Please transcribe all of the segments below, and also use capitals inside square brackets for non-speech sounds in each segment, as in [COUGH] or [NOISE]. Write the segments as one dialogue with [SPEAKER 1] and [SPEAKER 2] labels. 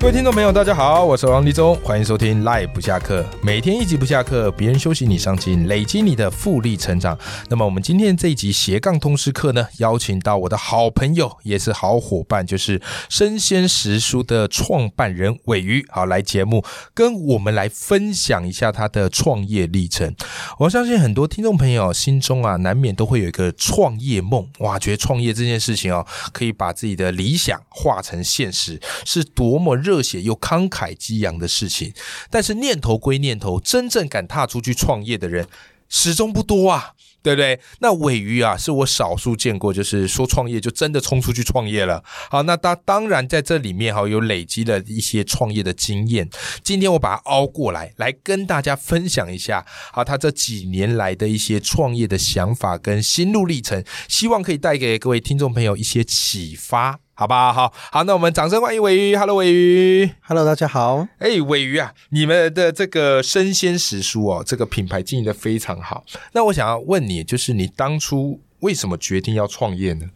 [SPEAKER 1] 各位听众朋友，大家好，我是王立忠，欢迎收听《Live 不下课》，每天一集不下课，别人休息你上进，累积你的复利成长。那么我们今天这一集斜杠通识课呢，邀请到我的好朋友，也是好伙伴，就是生鲜食书的创办人尾鱼，好来节目跟我们来分享一下他的创业历程。我相信很多听众朋友心中啊，难免都会有一个创业梦，哇，觉得创业这件事情哦，可以把自己的理想化成现实，是多么热血又慷慨激昂的事情。但是念头归念头，真正敢踏出去创业的人始终不多啊。对不对？那尾鱼啊，是我少数见过，就是说创业就真的冲出去创业了。好，那他当然在这里面哈、有累积了一些创业的经验。今天我把它凹过来，来跟大家分享一下啊，他这几年来的一些创业的想法跟心路历程，希望可以带给各位听众朋友一些启发，好不好？好，好，那我们掌声欢迎尾鱼，Hello，尾鱼。
[SPEAKER 2] Hello，大家好。
[SPEAKER 1] 哎，尾鱼啊，你们的这个生鲜食蔬哦，这个品牌经营的非常好。那我想要问你，就是你当初为什么决定要创业呢？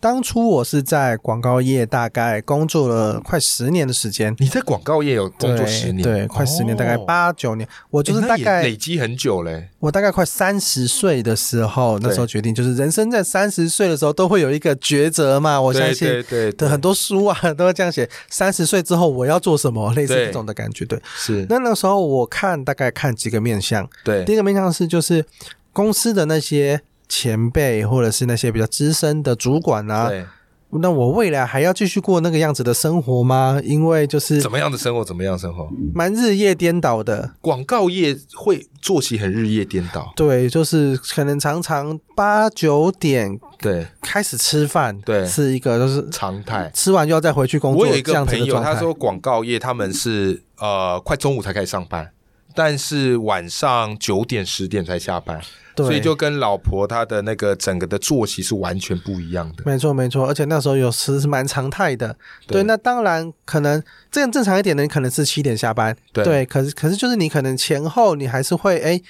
[SPEAKER 2] 当初我是在广告业，大概工作了快十年的时间，
[SPEAKER 1] 你在广告业有嗯工作
[SPEAKER 2] 对
[SPEAKER 1] 十年，
[SPEAKER 2] 对，快十年，大概
[SPEAKER 1] 哦，
[SPEAKER 2] 八九年。我就是
[SPEAKER 1] 哎那
[SPEAKER 2] 大
[SPEAKER 1] 也累
[SPEAKER 2] 概
[SPEAKER 1] 积很久嘞。
[SPEAKER 2] 我大概快三十岁的时候，那时候决定，就是人生在三十岁的时候都会有一个抉择嘛。我相
[SPEAKER 1] 对
[SPEAKER 2] 信
[SPEAKER 1] 对
[SPEAKER 2] 对
[SPEAKER 1] 对，
[SPEAKER 2] 很多书啊 [LAUGHS] 都会这样写，三十岁之后我要做什么，类似
[SPEAKER 1] 对
[SPEAKER 2] 这种的感觉。对，
[SPEAKER 1] 是，
[SPEAKER 2] 那那时候我看大概看几个面向，
[SPEAKER 1] 对
[SPEAKER 2] 第一个面向是就是公司的那些前辈或者是那些比较资深的主管啊，
[SPEAKER 1] 对，
[SPEAKER 2] 那我未来还要继续过那个样子的生活吗？因为就是
[SPEAKER 1] 怎么样的生活，怎么样的生活？
[SPEAKER 2] 蛮日夜颠倒的，
[SPEAKER 1] 广告业会作息很日夜颠倒，
[SPEAKER 2] 对，就是可能常常八九点
[SPEAKER 1] 对，
[SPEAKER 2] 开始吃饭，
[SPEAKER 1] 对
[SPEAKER 2] 是一个就是
[SPEAKER 1] 常态。
[SPEAKER 2] 吃完就要再回去工
[SPEAKER 1] 我
[SPEAKER 2] 作
[SPEAKER 1] 有一
[SPEAKER 2] 这
[SPEAKER 1] 个
[SPEAKER 2] 样子
[SPEAKER 1] 朋
[SPEAKER 2] 的
[SPEAKER 1] 友，
[SPEAKER 2] 状态。
[SPEAKER 1] 他说广告业他们是呃快中午才开始上班，但是晚上九点十点才下班，
[SPEAKER 2] 对
[SPEAKER 1] 所以就跟老婆她的那个整个的作息是完全不一样的。
[SPEAKER 2] 没错，没错，而且那时候有时是蛮常态的。
[SPEAKER 1] 对
[SPEAKER 2] 对，那当然可能这样正常一点的，你可能是七点下班。
[SPEAKER 1] 对
[SPEAKER 2] 可是可是就是你可能前后你还是会哎。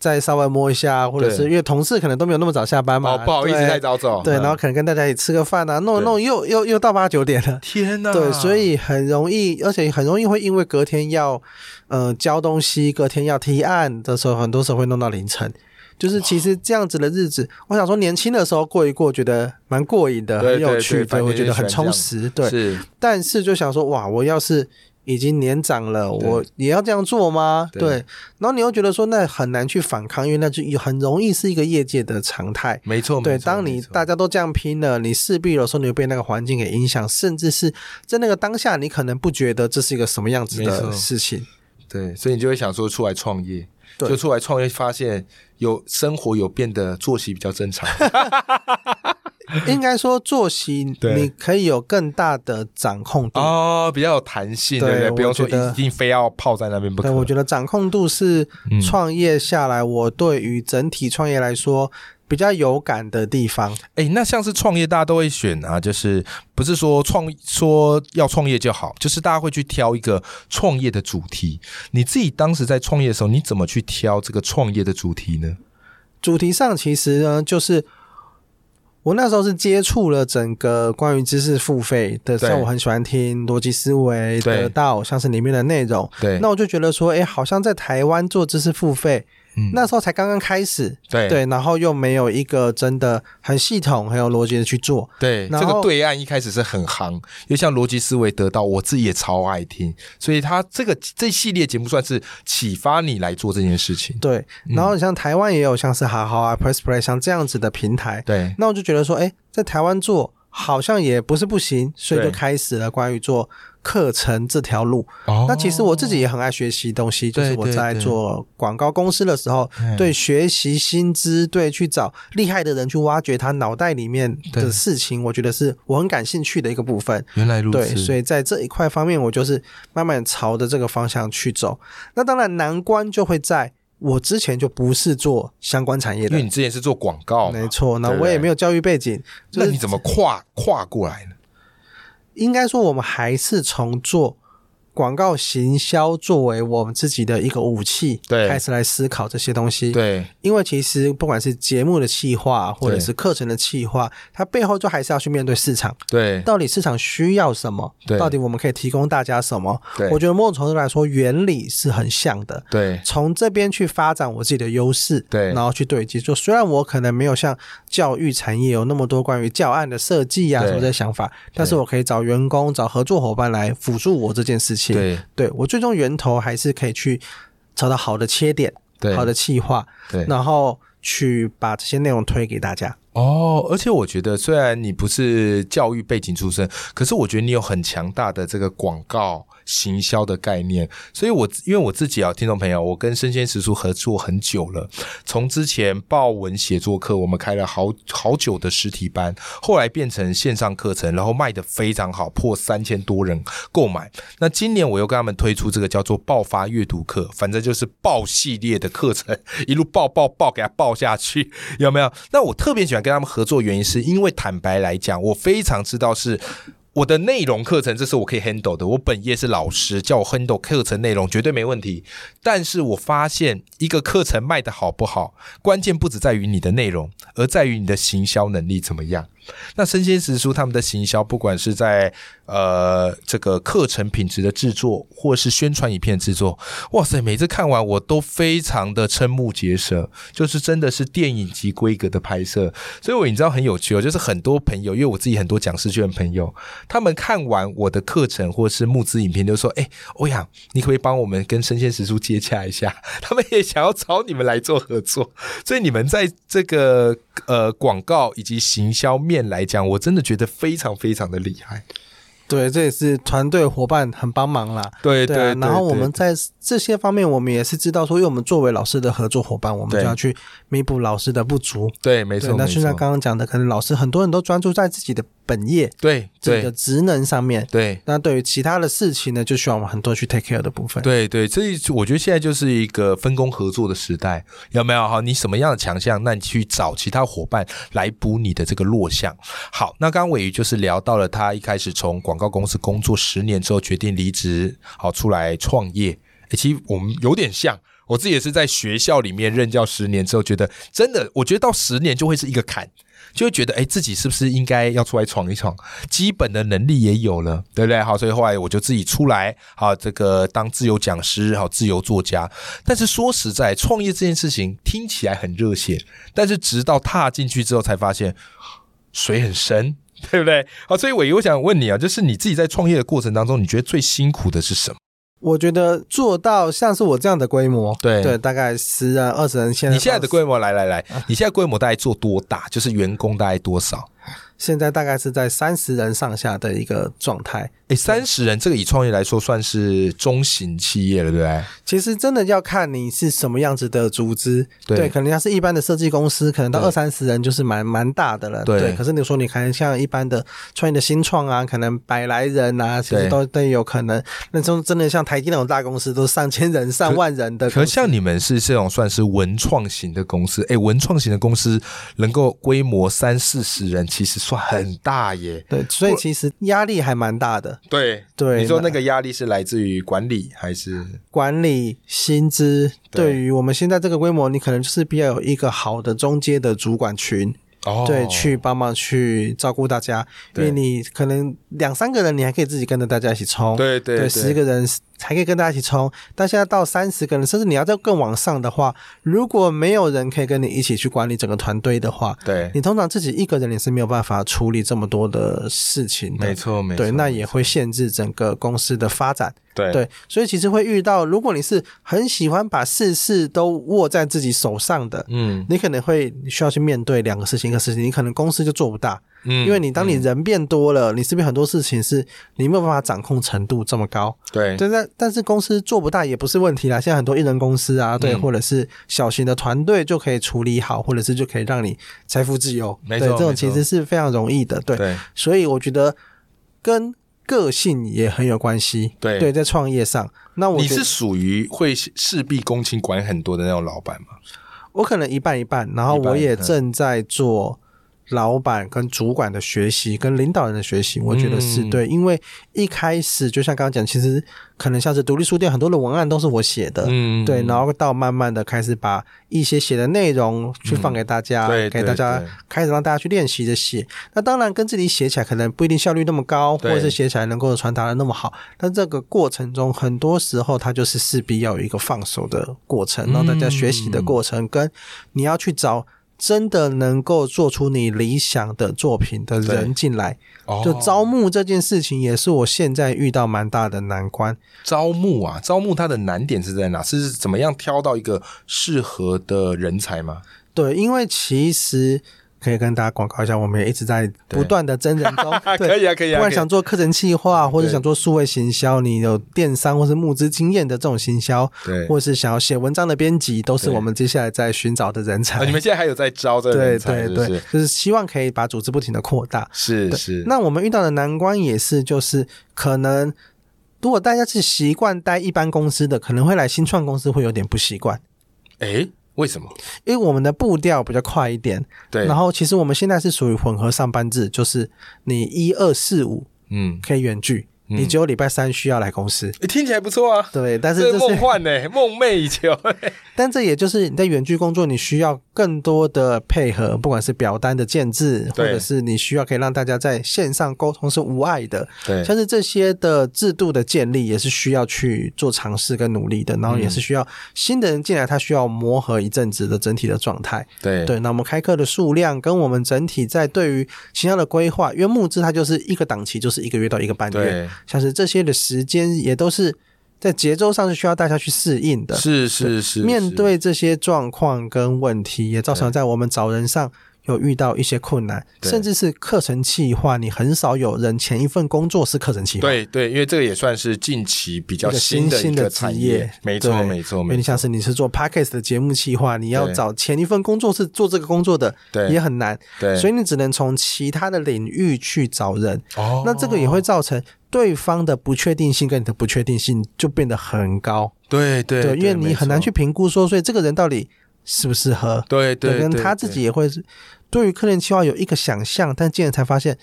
[SPEAKER 2] 再稍微摸一下，或者
[SPEAKER 1] 对
[SPEAKER 2] 是因为同事可能都没有那么早下班嘛，
[SPEAKER 1] 哦，不好意思，
[SPEAKER 2] 对
[SPEAKER 1] 太早走。
[SPEAKER 2] 对，
[SPEAKER 1] 嗯
[SPEAKER 2] 然后可能跟大家一起吃个饭啊，弄
[SPEAKER 1] 对
[SPEAKER 2] 弄又又又到八九点了。
[SPEAKER 1] 天啊哪，
[SPEAKER 2] 对，所以很容易，而且很容易会因为隔天要，呃，交东西，隔天要提案的时候，很多时候会弄到凌晨。就是其实这样子的日子，我想说，年轻的时候过一过，觉得蛮过瘾的，
[SPEAKER 1] 对
[SPEAKER 2] 很有
[SPEAKER 1] 对对
[SPEAKER 2] 趣，
[SPEAKER 1] 反
[SPEAKER 2] 对，
[SPEAKER 1] 正
[SPEAKER 2] 我觉得很
[SPEAKER 1] 就喜欢
[SPEAKER 2] 充实，对。
[SPEAKER 1] 是
[SPEAKER 2] 但是就想说，哇，我要是已经年长了，我也要这样做吗？
[SPEAKER 1] 对
[SPEAKER 2] 对。然后你又觉得说，那很难去反抗，因为那就很容易是一个业界的常态。
[SPEAKER 1] 没错，
[SPEAKER 2] 对，
[SPEAKER 1] 没错
[SPEAKER 2] 当
[SPEAKER 1] 没
[SPEAKER 2] 你
[SPEAKER 1] 错
[SPEAKER 2] 大家都这样拼了，你势必有时候你会被那个环境给影响，甚至是在那个当下，你可能不觉得这是一个什么样子
[SPEAKER 1] 没错
[SPEAKER 2] 的事情。
[SPEAKER 1] 对，所以你就会想说出来创业，
[SPEAKER 2] 对
[SPEAKER 1] 就出来创业，发现有生活有变得作息比较正
[SPEAKER 2] [LAUGHS]
[SPEAKER 1] 常。
[SPEAKER 2] 应该说作息，
[SPEAKER 1] [LAUGHS] 对
[SPEAKER 2] 你可以有更大的掌控度。
[SPEAKER 1] 哦，比较有弹性，对不
[SPEAKER 2] 对
[SPEAKER 1] 对？不用
[SPEAKER 2] 我
[SPEAKER 1] 说
[SPEAKER 2] 觉得
[SPEAKER 1] 一定非要泡在那边不可。
[SPEAKER 2] 对，我觉得掌控度是
[SPEAKER 1] 嗯
[SPEAKER 2] 创业下来，我对于整体创业来说比较有感的地方。
[SPEAKER 1] 哎，那像是创业，大家都会选啊，就是不是说创说要创业就好，就是大家会去挑一个创业的主题。你自己当时在创业的时候，你怎么去挑这个创业的主题呢？
[SPEAKER 2] 主题上其实呢，就是我那时候是接触了整个关于知识付费的，
[SPEAKER 1] 对
[SPEAKER 2] 像我很喜欢听逻辑思维、
[SPEAKER 1] 对
[SPEAKER 2] 得到，像是里面的内容。
[SPEAKER 1] 对，
[SPEAKER 2] 那我就觉得说，哎，好像在台湾做知识付费，
[SPEAKER 1] 嗯
[SPEAKER 2] 那时候才刚刚开始，
[SPEAKER 1] 对
[SPEAKER 2] 对，然后又没有一个真的很系统、很有逻辑的去做，
[SPEAKER 1] 对，
[SPEAKER 2] 然
[SPEAKER 1] 这个
[SPEAKER 2] 后
[SPEAKER 1] 对岸一开始是很夯，因为像逻辑思维得到，我自己也超爱听，所以他这个这一系列节目算是启发你来做这件事情。
[SPEAKER 2] 对。
[SPEAKER 1] 嗯
[SPEAKER 2] 然后像台湾也有像是好好啊、Press Play 像这样子的平台，
[SPEAKER 1] 对，
[SPEAKER 2] 那我就觉得说，哎，在台湾做好像也不是不行，所以就
[SPEAKER 1] 对
[SPEAKER 2] 开始了关于做课程这条路。
[SPEAKER 1] 哦
[SPEAKER 2] 那其实我自己也很爱学习东西，就
[SPEAKER 1] 对
[SPEAKER 2] 是我
[SPEAKER 1] 对
[SPEAKER 2] 在
[SPEAKER 1] 对
[SPEAKER 2] 做广告公司的时候，
[SPEAKER 1] 嗯
[SPEAKER 2] 对学习薪资，对去找厉害的人去挖掘他脑袋里面
[SPEAKER 1] 对
[SPEAKER 2] 的事情，我觉得是我很感兴趣的一个部分。
[SPEAKER 1] 原来如
[SPEAKER 2] 对，
[SPEAKER 1] 此，
[SPEAKER 2] 所
[SPEAKER 1] 以
[SPEAKER 2] 以在这一块方面，我就是慢慢朝着这个方向去走。那当然，难关就会在我之前就不是做相关产业
[SPEAKER 1] 因为
[SPEAKER 2] 的，
[SPEAKER 1] 你之前是做广告嘛，
[SPEAKER 2] 没错。那
[SPEAKER 1] 对不
[SPEAKER 2] 我也
[SPEAKER 1] 对
[SPEAKER 2] 没有教育背景，就
[SPEAKER 1] 那
[SPEAKER 2] 是
[SPEAKER 1] 你怎么跨跨过来呢？
[SPEAKER 2] 应该说我们还是从做广告行销作为我们自己的一个武器，
[SPEAKER 1] 对
[SPEAKER 2] 开始来思考这些东西。
[SPEAKER 1] 对，
[SPEAKER 2] 因为其实不管是节目的企划，或者是课程的企划，它背后就还是要去面对市场，
[SPEAKER 1] 对，
[SPEAKER 2] 到底市场需要什么
[SPEAKER 1] 对？
[SPEAKER 2] 到底我们可以提供大家什么
[SPEAKER 1] 对？
[SPEAKER 2] 我觉得某种程度来说，原理是很像的。
[SPEAKER 1] 对，
[SPEAKER 2] 从这边去发展我自己的优势，
[SPEAKER 1] 对
[SPEAKER 2] 然后去对接。就虽然我可能没有像教育产业有那么多关于教案的设计啊
[SPEAKER 1] 对
[SPEAKER 2] 什么的想法，但是我可以找员工、找合作伙伴来辅助我这件事情。，
[SPEAKER 1] 对，
[SPEAKER 2] 我最终源头还是可以去找到好的切点、
[SPEAKER 1] 对，
[SPEAKER 2] 好的企划，
[SPEAKER 1] 对。
[SPEAKER 2] 然后去把这些内容推给大家。
[SPEAKER 1] 哦，而且我觉得，虽然你不是教育背景出身，可是我觉得你有很强大的这个广告行销的概念。所以我，因为我自己啊，听众朋友，我跟生鲜食书合作很久了，从之前报文写作课，我们开了好好久的实体班，后来变成线上课程，然后卖的非常好，破三千多人购买。那今年我又跟他们推出这个叫做“爆发阅读课”，反正就是爆系列的课程，一路爆爆爆，给它爆下去，有没有？那我特别喜欢跟他们合作，原因是因为坦白来讲，我非常知道是。我的内容课程，这是我可以 handle 的。我本业是老师，叫我 handle 课程内容绝对没问题。但是我发现，一个课程卖的好不好，关键不只在于你的内容，而在于你的行销能力怎么样。那生鲜食书他们的行销，不管是在呃这个课程品质的制作，或是宣传影片制作，哇塞，每次看完我都非常的瞠目结舌，就是真的是电影级规格的拍摄。所以我你知道很有趣哦，就是很多朋友，因为我自己很多讲师圈的朋友，他们看完我的课程或是募资影片，就说：“哎、欧阳，你可不可以帮我们跟生鲜食书接洽一下？”他们也想要找你们来做合作。所以你们在这个呃广告以及行销面来讲，我真的觉得非常非常的厉害。
[SPEAKER 2] 对，这也是团队伙伴很帮忙啦。
[SPEAKER 1] 对
[SPEAKER 2] 对啊，然后我们在这些方面，我们也是知道说，因为我们作为老师的合作伙伴，我们
[SPEAKER 1] 对
[SPEAKER 2] 就要去弥补老师的不足。
[SPEAKER 1] 对没
[SPEAKER 2] 对
[SPEAKER 1] 错，，
[SPEAKER 2] 那
[SPEAKER 1] 没
[SPEAKER 2] 就像
[SPEAKER 1] 错，
[SPEAKER 2] 刚刚讲的，可能老师很多人都专注在自己的本业、
[SPEAKER 1] 对
[SPEAKER 2] 自己
[SPEAKER 1] 对
[SPEAKER 2] 的职能上面。
[SPEAKER 1] 对。
[SPEAKER 2] 那对于其他的事情呢，就需要我们很多去 take care 的部分。
[SPEAKER 1] 对对，所以我觉得现在就是一个分工合作的时代，有没有？哈，你什么样的强项，那你去找其他伙伴来补你的这个弱项。好，那刚刚伟宇就是聊到了他一开始从广告公司工作十年之后决定离职，好出来创业。诶其实我们有点像。我自己也是在学校里面任教十年之后，觉得真的，我觉得到十年就会是一个坎，就会觉得哎、诶自己是不是应该要出来闯一闯？基本的能力也有了，对不对？好，所以后来我就自己出来，好，这个当自由讲师，好，自由作家。但是说实在，创业这件事情听起来很热血，但是直到踏进去之后，才发现水很深，对不对？好，所以我我想问你啊，就是你自己在创业的过程当中，你觉得最辛苦的是什么？
[SPEAKER 2] 我觉得做到像是我这样的规模，
[SPEAKER 1] 对
[SPEAKER 2] 对，大概十人、二十人，现在
[SPEAKER 1] 你现在的规
[SPEAKER 2] 模，
[SPEAKER 1] 模，来来来，你现在规模大概做多大？就是员工大概多少？
[SPEAKER 2] 现在大概是在三十人上下的一个状态。
[SPEAKER 1] 诶，三十人，这个以创业来说算是中型企业了，对不对？
[SPEAKER 2] 其实真的要看你是什么样子的组织，
[SPEAKER 1] 对
[SPEAKER 2] 可能要是一般的设计公司，可能到
[SPEAKER 1] 对
[SPEAKER 2] 二三十人就是蛮蛮大的了，
[SPEAKER 1] 对
[SPEAKER 2] 可是你说你可能像一般的创业的新创啊，可能百来人啊，其
[SPEAKER 1] 对
[SPEAKER 2] 实都都有可能。那种真的像台积那种大公司，都是上千人、上万人的
[SPEAKER 1] 可
[SPEAKER 2] 公
[SPEAKER 1] 是
[SPEAKER 2] 司。
[SPEAKER 1] 像你们是这种算是文创型的公司，哎，文创型的公司能够规模三四十人，其实算很大耶。
[SPEAKER 2] 对，所以其实压力还蛮大的。
[SPEAKER 1] 对
[SPEAKER 2] 对
[SPEAKER 1] 你说那个压力是来自于管理还是？
[SPEAKER 2] 管理薪资，
[SPEAKER 1] 对
[SPEAKER 2] 对于我们现在这个规模，你可能就是比较有一个好的中阶的主管群，
[SPEAKER 1] 哦
[SPEAKER 2] 对，去帮忙去照顾大家，因
[SPEAKER 1] 对
[SPEAKER 2] 为你可能两三个人，你还可以自己跟着大家一起冲，
[SPEAKER 1] 对对对
[SPEAKER 2] 十个人还可以跟大家一起冲，但现在到三十个人，甚至你要再更往上的话，如果没有人可以跟你一起去管理整个团队的话，
[SPEAKER 1] 对，
[SPEAKER 2] 你通常自己一个人也是没有办法处理这么多的事情的，
[SPEAKER 1] 没错没错，
[SPEAKER 2] 对，那也会限制整个公司的发展。
[SPEAKER 1] 对
[SPEAKER 2] 对，所以其实会遇到，如果你是很喜欢把事事都握在自己手上的，
[SPEAKER 1] 嗯
[SPEAKER 2] 你可能会需要去面对两个事情，一个事情你可能公司就做不大，
[SPEAKER 1] 嗯，
[SPEAKER 2] 因为你当你人变多了，你是不是很多事情是你没有办法掌控程度这么高？
[SPEAKER 1] 对
[SPEAKER 2] 对，但但是公司做不大也不是问题啦，现在很多艺人公司啊，对，
[SPEAKER 1] 嗯
[SPEAKER 2] 或者是小型的团队就可以处理好，或者是就可以让你财富自由，
[SPEAKER 1] 没
[SPEAKER 2] 对，
[SPEAKER 1] 错
[SPEAKER 2] 这种
[SPEAKER 1] 没错
[SPEAKER 2] 其实是非常容易的，对。
[SPEAKER 1] 对
[SPEAKER 2] 所以我觉得跟个性也很有关系。
[SPEAKER 1] 对
[SPEAKER 2] 对，在创业上，那我
[SPEAKER 1] 你
[SPEAKER 2] 觉得
[SPEAKER 1] 是属于会事必躬亲管很多的那种老板吗？
[SPEAKER 2] 我可能一半一半，然后
[SPEAKER 1] 一半
[SPEAKER 2] 我也
[SPEAKER 1] 嗯
[SPEAKER 2] 正在做老板跟主管的学习，跟领导人的学习，我觉得是对，因为一开始就像刚刚讲，其实可能像是独立书店很多的文案都是我写的，
[SPEAKER 1] 嗯
[SPEAKER 2] 对，然后到慢慢的开始把一些写的内容去放给大家，
[SPEAKER 1] 嗯对
[SPEAKER 2] 给大家
[SPEAKER 1] 对对
[SPEAKER 2] 开始让大家去练习着写。那当然跟自己写起来可能不一定效率那么高，或
[SPEAKER 1] 对
[SPEAKER 2] 者是写起来能够传达的那么好，但这个过程中很多时候它就是势必要有一个放手的过
[SPEAKER 1] 嗯
[SPEAKER 2] 程，让大家学习的过程，跟你要去找。真的能够做出你理想的作品的人进来，
[SPEAKER 1] 哦
[SPEAKER 2] 就招募这件事情，也是我现在遇到蛮大的难关。
[SPEAKER 1] 招募啊，招募它的难点是在哪？是怎么样挑到一个适合的人才吗？
[SPEAKER 2] 对，因为其实可以跟大家广告一下，我们也一直在
[SPEAKER 1] 对
[SPEAKER 2] 不断的真人
[SPEAKER 1] [LAUGHS]
[SPEAKER 2] 中
[SPEAKER 1] 啊，，可
[SPEAKER 2] 对。
[SPEAKER 1] 以啊，可以啊，
[SPEAKER 2] 不管
[SPEAKER 1] 可以
[SPEAKER 2] 想做课程企划，或者
[SPEAKER 1] 对
[SPEAKER 2] 想做数位行销，你有电商或是募资经验的这种行销，
[SPEAKER 1] 对
[SPEAKER 2] 或是想要写文章的编辑，都是
[SPEAKER 1] 对
[SPEAKER 2] 我们接下来在寻找的人才
[SPEAKER 1] 啊，。
[SPEAKER 2] [LAUGHS]
[SPEAKER 1] 你们现在还有在招这个
[SPEAKER 2] 对
[SPEAKER 1] 人才，
[SPEAKER 2] 对
[SPEAKER 1] 是不
[SPEAKER 2] 对
[SPEAKER 1] 是，
[SPEAKER 2] 就是希望可以把组织不停的扩大。
[SPEAKER 1] 是
[SPEAKER 2] 对
[SPEAKER 1] 是，
[SPEAKER 2] 那我们遇到的难关也是，就是可能如果大家是习惯待一般公司的，可能会来新创公司会有点不习惯，
[SPEAKER 1] 哎，为什么？
[SPEAKER 2] 因为我们的步调比较快一点。
[SPEAKER 1] 对，
[SPEAKER 2] 然后其实我们现在是属于混合上班制，就是你一二四五
[SPEAKER 1] 嗯，
[SPEAKER 2] 可以远距，
[SPEAKER 1] 嗯
[SPEAKER 2] 你只有礼拜三需要来公司。
[SPEAKER 1] 诶听起来不错啊，
[SPEAKER 2] 对，但是
[SPEAKER 1] 这
[SPEAKER 2] 这
[SPEAKER 1] 梦
[SPEAKER 2] 是，
[SPEAKER 1] 幻呢，梦寐以求。
[SPEAKER 2] 但这也就是你在远距工作，你需要更多的配合，不管是表单的建制，或
[SPEAKER 1] 对
[SPEAKER 2] 者是你需要可以让大家在线上沟通是无碍的，
[SPEAKER 1] [LAUGHS] 对
[SPEAKER 2] 像是这些的制度的建立，也是需要去做尝试跟努力的，然后也
[SPEAKER 1] 嗯
[SPEAKER 2] 是需要新的人进来，他需要磨合一阵子的整体的状态。
[SPEAKER 1] 对
[SPEAKER 2] 对，那我们开课的数量跟我们整体在对于形象的规划，因为募资它就是一个档期就是一个月到一个半月，
[SPEAKER 1] 对，
[SPEAKER 2] 像是这些的时间也都是在节奏上是需要大家去适应的。
[SPEAKER 1] 是是是，
[SPEAKER 2] 面
[SPEAKER 1] 是
[SPEAKER 2] 对这些状况跟问题，也造成在我们找人上有遇到一些困难，
[SPEAKER 1] 对
[SPEAKER 2] 甚至是课程企划，你很少有人前一份工作是课程企划。
[SPEAKER 1] 对对，因为这个也算是近期比较
[SPEAKER 2] 一个新
[SPEAKER 1] 的一
[SPEAKER 2] 兴的
[SPEAKER 1] 个
[SPEAKER 2] 职
[SPEAKER 1] 产
[SPEAKER 2] 业
[SPEAKER 1] 没错
[SPEAKER 2] 对
[SPEAKER 1] 没错
[SPEAKER 2] 因
[SPEAKER 1] 没
[SPEAKER 2] 为你
[SPEAKER 1] 错，
[SPEAKER 2] 像是你是做 podcast 的节目企划，你要
[SPEAKER 1] 对
[SPEAKER 2] 找前一份工作是做这个工作的，
[SPEAKER 1] 对
[SPEAKER 2] 也很难。
[SPEAKER 1] 对，
[SPEAKER 2] 所
[SPEAKER 1] 以
[SPEAKER 2] 以你只能从其他的领域去找人，
[SPEAKER 1] 哦，
[SPEAKER 2] 那这个也会造成对方的不确定性跟你的不确定性就变得很高，
[SPEAKER 1] 对对
[SPEAKER 2] 因为你很难去，评估说，所以这个人到底适不适合，
[SPEAKER 1] 对没错对对，
[SPEAKER 2] 跟
[SPEAKER 1] 对
[SPEAKER 2] 他自己也会对于客人计划有一个想象，但进来才发现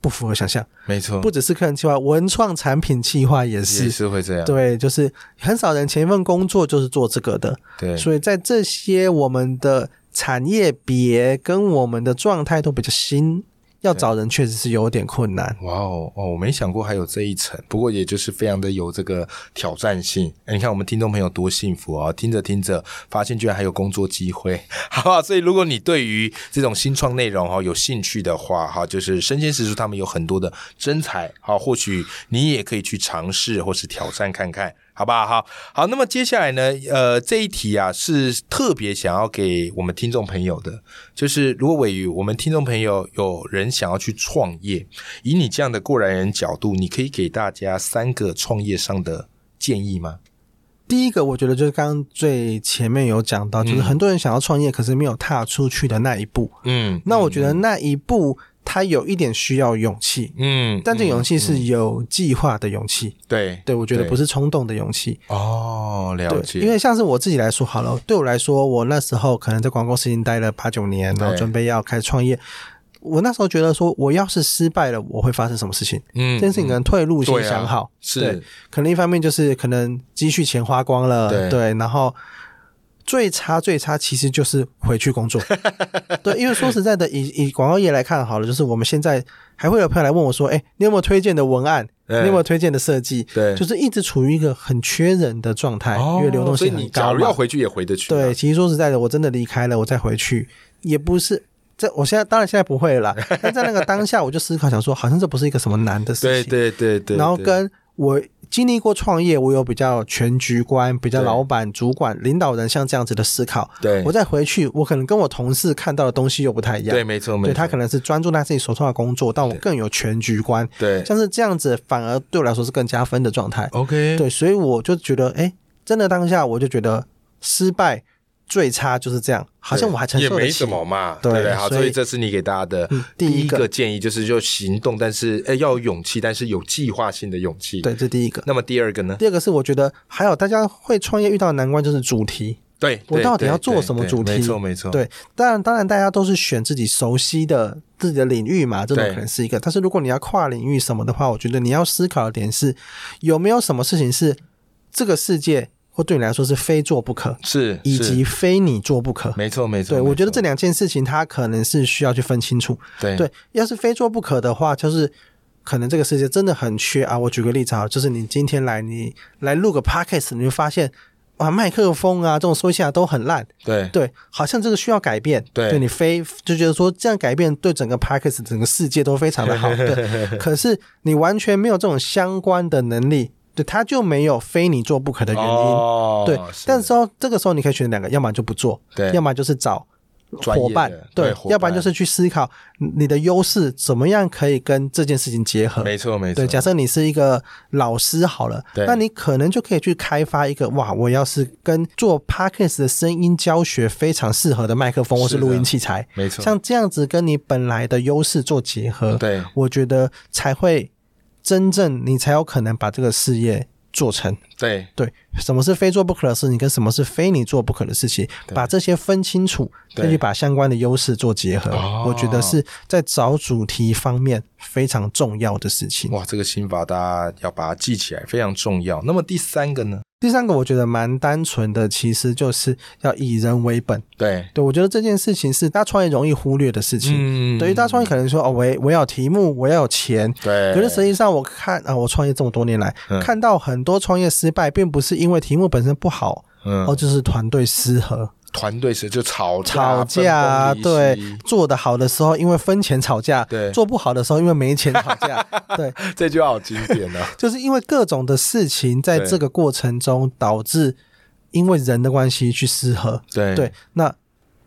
[SPEAKER 2] 不符合想象，
[SPEAKER 1] 没错，
[SPEAKER 2] 不只是客人计划，文创产品计划也
[SPEAKER 1] 也
[SPEAKER 2] 是。
[SPEAKER 1] 是会这样，
[SPEAKER 2] 对，就是很少人前一份工作就是做这个的，
[SPEAKER 1] 对
[SPEAKER 2] 所以在这些我们的产业别跟我们的状态都比较新，要找人确实是有点困难。
[SPEAKER 1] 哇哦哦，我没想过还有这一层，不过也就是非常的有这个挑战性。哎，你看我们听众朋友多幸福啊！听着听着，发现居然还有工作机会， [LAUGHS] 好不好？所以如果你对于这种新创内容哦哈有兴趣的话，哈，就是生鲜食书他们有很多的真才，好，或许你也可以去尝试或是挑战看看。好不好？好，好。那么接下来呢？呃，这一题啊是特别想要给我们听众朋友的，就是如果尾鱼，我们听众朋友有人想要去创业，以你这样的过来人角度，你可以给大家三个创业上的建议吗？
[SPEAKER 2] 第一个，我觉得就是刚刚最前面有讲到，就是很多人想要创业，可是没有踏出去的那一步。
[SPEAKER 1] 嗯
[SPEAKER 2] 那我觉得那一步，它有一点需要勇气，
[SPEAKER 1] 嗯
[SPEAKER 2] 但这
[SPEAKER 1] 嗯
[SPEAKER 2] 勇气是有计划的勇气。
[SPEAKER 1] 对
[SPEAKER 2] 对，我觉得
[SPEAKER 1] 对
[SPEAKER 2] 不是冲动的勇气。
[SPEAKER 1] 哦，了解，
[SPEAKER 2] 对，因为像是我自己来说好了，对我来说，我那时候可能在广告公司已经待了八九年，然后
[SPEAKER 1] 对
[SPEAKER 2] 准备要开始创业。我那时候觉得说，我要是失败了，我会发生什么事情？
[SPEAKER 1] 嗯
[SPEAKER 2] 这件事情可能退路先
[SPEAKER 1] 对啊
[SPEAKER 2] 想好，对
[SPEAKER 1] 是
[SPEAKER 2] 可能一方面就是可能积蓄钱花光了，
[SPEAKER 1] 对
[SPEAKER 2] 然后最差最差其实就是回去工作，
[SPEAKER 1] [LAUGHS]
[SPEAKER 2] 对，因为说实在的，以以广告业来看好了，就是我们现在还会有朋友来问我说，哎，你有没有推荐的文案？你
[SPEAKER 1] 嗯
[SPEAKER 2] 有没有推荐的设计？
[SPEAKER 1] 对
[SPEAKER 2] 就是一直处于一个很缺人的状态，
[SPEAKER 1] 哦，
[SPEAKER 2] 因为流动
[SPEAKER 1] 所以
[SPEAKER 2] 性
[SPEAKER 1] 你
[SPEAKER 2] 很
[SPEAKER 1] 假
[SPEAKER 2] 高
[SPEAKER 1] 如要
[SPEAKER 2] 嘛。
[SPEAKER 1] 回去也回得去啊，
[SPEAKER 2] 对，其实说实在的，我真的离开了，我再回去也不是。这我现在当然现在不会了啦，
[SPEAKER 1] [LAUGHS]
[SPEAKER 2] 但在那个当下，我就思考想说，好像这不是一个什么难的事情。
[SPEAKER 1] 对对对对，
[SPEAKER 2] 然后
[SPEAKER 1] 对
[SPEAKER 2] 跟我经历过创业，我有比较全局观、比较
[SPEAKER 1] 对
[SPEAKER 2] 老板、主管、领导人像这样子的思考。
[SPEAKER 1] 对
[SPEAKER 2] 我再回去，我可能跟我同事看到的东西又不太一样。
[SPEAKER 1] 对，没错没错，
[SPEAKER 2] 对他可能是专注在自己手上的工作，但我更有全局观。
[SPEAKER 1] 对
[SPEAKER 2] 像是这样子，反而对我来说是更加分的状态。
[SPEAKER 1] OK
[SPEAKER 2] 对，所以我就觉得，哎，真的当下我就觉得失败最差就是这样，好像我还承
[SPEAKER 1] 也
[SPEAKER 2] 受
[SPEAKER 1] 没
[SPEAKER 2] 得起
[SPEAKER 1] 什。么嘛，对
[SPEAKER 2] 对
[SPEAKER 1] 不对？好，
[SPEAKER 2] 所以
[SPEAKER 1] 所以这是你给大家的
[SPEAKER 2] 嗯
[SPEAKER 1] 第
[SPEAKER 2] 第
[SPEAKER 1] 一
[SPEAKER 2] 一个
[SPEAKER 1] 个建议，就是就行动，但是哎要有勇气，但是有计划性的勇气。，
[SPEAKER 2] 对，这第一个。
[SPEAKER 1] 那么第二个呢？
[SPEAKER 2] 第二个是我觉得还有大家会创业遇到的难关就是主题。
[SPEAKER 1] 对，
[SPEAKER 2] 我
[SPEAKER 1] 对
[SPEAKER 2] 到底
[SPEAKER 1] 对
[SPEAKER 2] 要做
[SPEAKER 1] 对
[SPEAKER 2] 什么
[SPEAKER 1] 对
[SPEAKER 2] 主题
[SPEAKER 1] 没错没错，
[SPEAKER 2] 对，当然，当然，大家都是选自己熟悉的自己的领域嘛，这种
[SPEAKER 1] 对
[SPEAKER 2] 可能是一个。但是如果你要跨领域什么的话，我觉得你要思考的点是，有没有什么事情是这个世界或对你来说是非做不可，
[SPEAKER 1] 是，
[SPEAKER 2] 以
[SPEAKER 1] 是
[SPEAKER 2] 及非你做不可。
[SPEAKER 1] 没错没错，
[SPEAKER 2] 对，
[SPEAKER 1] 没
[SPEAKER 2] 我觉得
[SPEAKER 1] 错
[SPEAKER 2] 这两件事情，它可能是需要去分清楚。
[SPEAKER 1] 对
[SPEAKER 2] 对，要是非做不可的话，就是可能这个世界真的很缺啊。我举个例子啊，就是你今天来，你来录个 podcast，你就发现哇，麦克风啊这种收音器啊都很烂，
[SPEAKER 1] 对
[SPEAKER 2] 对，好像这个需要改变。
[SPEAKER 1] 对
[SPEAKER 2] 你非就觉得说这样改变对整个 podcast 整个世界都非常的好，
[SPEAKER 1] [LAUGHS]
[SPEAKER 2] 对。可是你完全没有这种相关的能力，对，它就没有非你做不可的原因。
[SPEAKER 1] 哦
[SPEAKER 2] 对，但
[SPEAKER 1] 是
[SPEAKER 2] 时候这个时候你可以选两个，要么就不做，
[SPEAKER 1] 对
[SPEAKER 2] 要么就是找
[SPEAKER 1] 专业
[SPEAKER 2] 伙伴
[SPEAKER 1] 的，对
[SPEAKER 2] 对，
[SPEAKER 1] 伙
[SPEAKER 2] 要不然
[SPEAKER 1] 伴
[SPEAKER 2] 就是去思考你的优势怎么样可以跟这件事情结合。
[SPEAKER 1] 没错没错，
[SPEAKER 2] 对，假设你是一个老师好了
[SPEAKER 1] 对，
[SPEAKER 2] 那你可能就可以去开发一个哇，我要是跟做 podcast 的声音教学非常适合的麦克风或
[SPEAKER 1] 是
[SPEAKER 2] 是
[SPEAKER 1] 的
[SPEAKER 2] 录音器材，
[SPEAKER 1] 没错，
[SPEAKER 2] 像这样子跟你本来的优势做结合，
[SPEAKER 1] 对
[SPEAKER 2] 我觉得才会真正你才有可能把这个事业做成。
[SPEAKER 1] 对
[SPEAKER 2] 对，什么是非做不可的事情，跟什么是非你做不可的事情，把这些分清楚，
[SPEAKER 1] 对
[SPEAKER 2] 再去把相关的优势做结合，
[SPEAKER 1] 哦
[SPEAKER 2] 我觉得是在找主题方面非常重要的事情。
[SPEAKER 1] 哇，这个心法大家要把它记起来，非常重要。那么第三个呢？
[SPEAKER 2] 第三个，我觉得蛮单纯的，其实就是要以人为本。
[SPEAKER 1] 对，
[SPEAKER 2] 对我觉得这件事情是大家创业容易忽略的事情。
[SPEAKER 1] 嗯
[SPEAKER 2] 对于大家创业，可能说哦，我我要有题目，我要有钱。
[SPEAKER 1] 对，
[SPEAKER 2] 可是实际上，我看啊、我创业这么多年来，
[SPEAKER 1] 嗯
[SPEAKER 2] 看到很多创业失败，并不是因为题目本身不好，
[SPEAKER 1] 嗯
[SPEAKER 2] 哦，，就是团队失衡。
[SPEAKER 1] 团队时就吵架
[SPEAKER 2] 吵架，啊
[SPEAKER 1] 分崩离
[SPEAKER 2] 对
[SPEAKER 1] 析，
[SPEAKER 2] 做得好的时候因为分钱吵架，
[SPEAKER 1] 对
[SPEAKER 2] 做不好的时候因为没钱吵
[SPEAKER 1] [LAUGHS]
[SPEAKER 2] 架，对，
[SPEAKER 1] 这句话好经典
[SPEAKER 2] [LAUGHS]
[SPEAKER 1] 啊。
[SPEAKER 2] 就是因为各种的事情在
[SPEAKER 1] 对
[SPEAKER 2] 这个过程中导致因为人的关系去失和，
[SPEAKER 1] 对
[SPEAKER 2] 对，那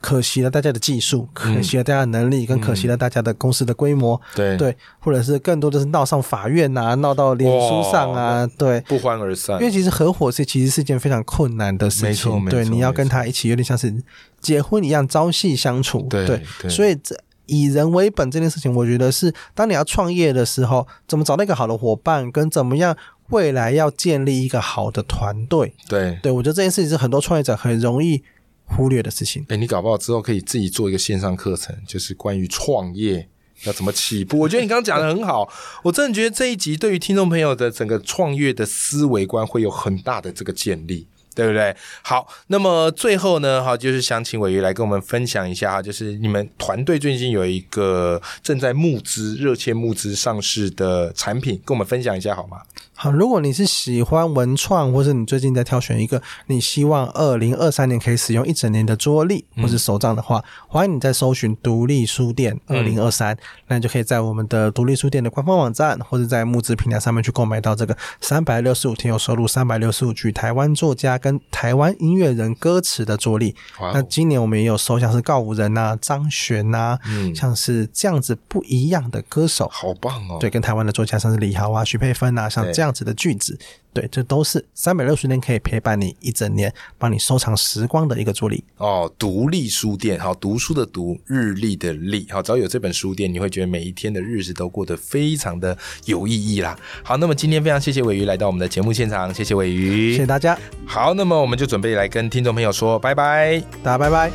[SPEAKER 2] 可惜了大家的技术，
[SPEAKER 1] 嗯
[SPEAKER 2] 可惜了大家的能力，跟可惜了大家的公司的规模，
[SPEAKER 1] 对，
[SPEAKER 2] 对，或者是更多的是闹上法院呐、闹到脸书上啊，对。
[SPEAKER 1] 不欢而散
[SPEAKER 2] 因。为其实合伙是其实是件非常困难的事情，
[SPEAKER 1] 呃没错没错
[SPEAKER 2] 对，你要跟
[SPEAKER 1] 没错
[SPEAKER 2] 他一起有点像是结婚一样朝夕相处，
[SPEAKER 1] 对
[SPEAKER 2] 对，
[SPEAKER 1] 对
[SPEAKER 2] 所以这以人为本这件事情，我觉得是当你要创业的时候，怎么找到一个好的伙伴，跟怎么样未来要建立一个好的团队，
[SPEAKER 1] 对，
[SPEAKER 2] 对我觉得这件事情是很多创业者很容易忽略的事情。
[SPEAKER 1] 哎，你搞不好之后可以自己做一个线上课程，就是关于创业。要怎么起步？我觉得你刚刚讲的很好，我真的觉得这一集对于听众朋友的整个创业的思维观会有很大的这个建立，对不对？好，那么最后呢，哈，就是想请伟瑜来跟我们分享一下哈，就是你们团队最近有一个正在募资、热切募资上市的产品，跟我们分享一下好吗？
[SPEAKER 2] 好，如果你是喜欢文创，或是你最近在挑选一个你希望二零二三年可以使用一整年的桌历
[SPEAKER 1] 嗯
[SPEAKER 2] 或是手账的话，欢迎你在搜寻独立书店
[SPEAKER 1] 嗯
[SPEAKER 2] 二零二三，那你就可以在我们的独立书店的官方网站，或者在募资平台上面去购买到这个三百六十五天有收入、三百六十五句台湾作家跟台湾音乐人歌词的桌历。
[SPEAKER 1] 哇哦
[SPEAKER 2] 那今年我们也有收像是告五人呐、张悬呐，
[SPEAKER 1] 嗯
[SPEAKER 2] 像是这样子不一样的歌手，
[SPEAKER 1] 好棒哦！
[SPEAKER 2] 对，跟台湾的作家像是李豪啊、徐佩芬啊，像
[SPEAKER 1] 对
[SPEAKER 2] 这样子的句子，对，这都是三百六十天可以陪伴你一整年，帮你收藏时光的一个助力。
[SPEAKER 1] 哦，独立书店，好，读书的读，日历的历，好，只要有这本书店，你会觉得每一天的日子都过得非常的有意义啦。好，那么今天非常谢谢尾鱼来到我们的节目现场，谢谢尾鱼，
[SPEAKER 2] 谢谢大家，
[SPEAKER 1] 好，那么我们就准备来跟听众朋友说拜拜。
[SPEAKER 2] 大家拜拜。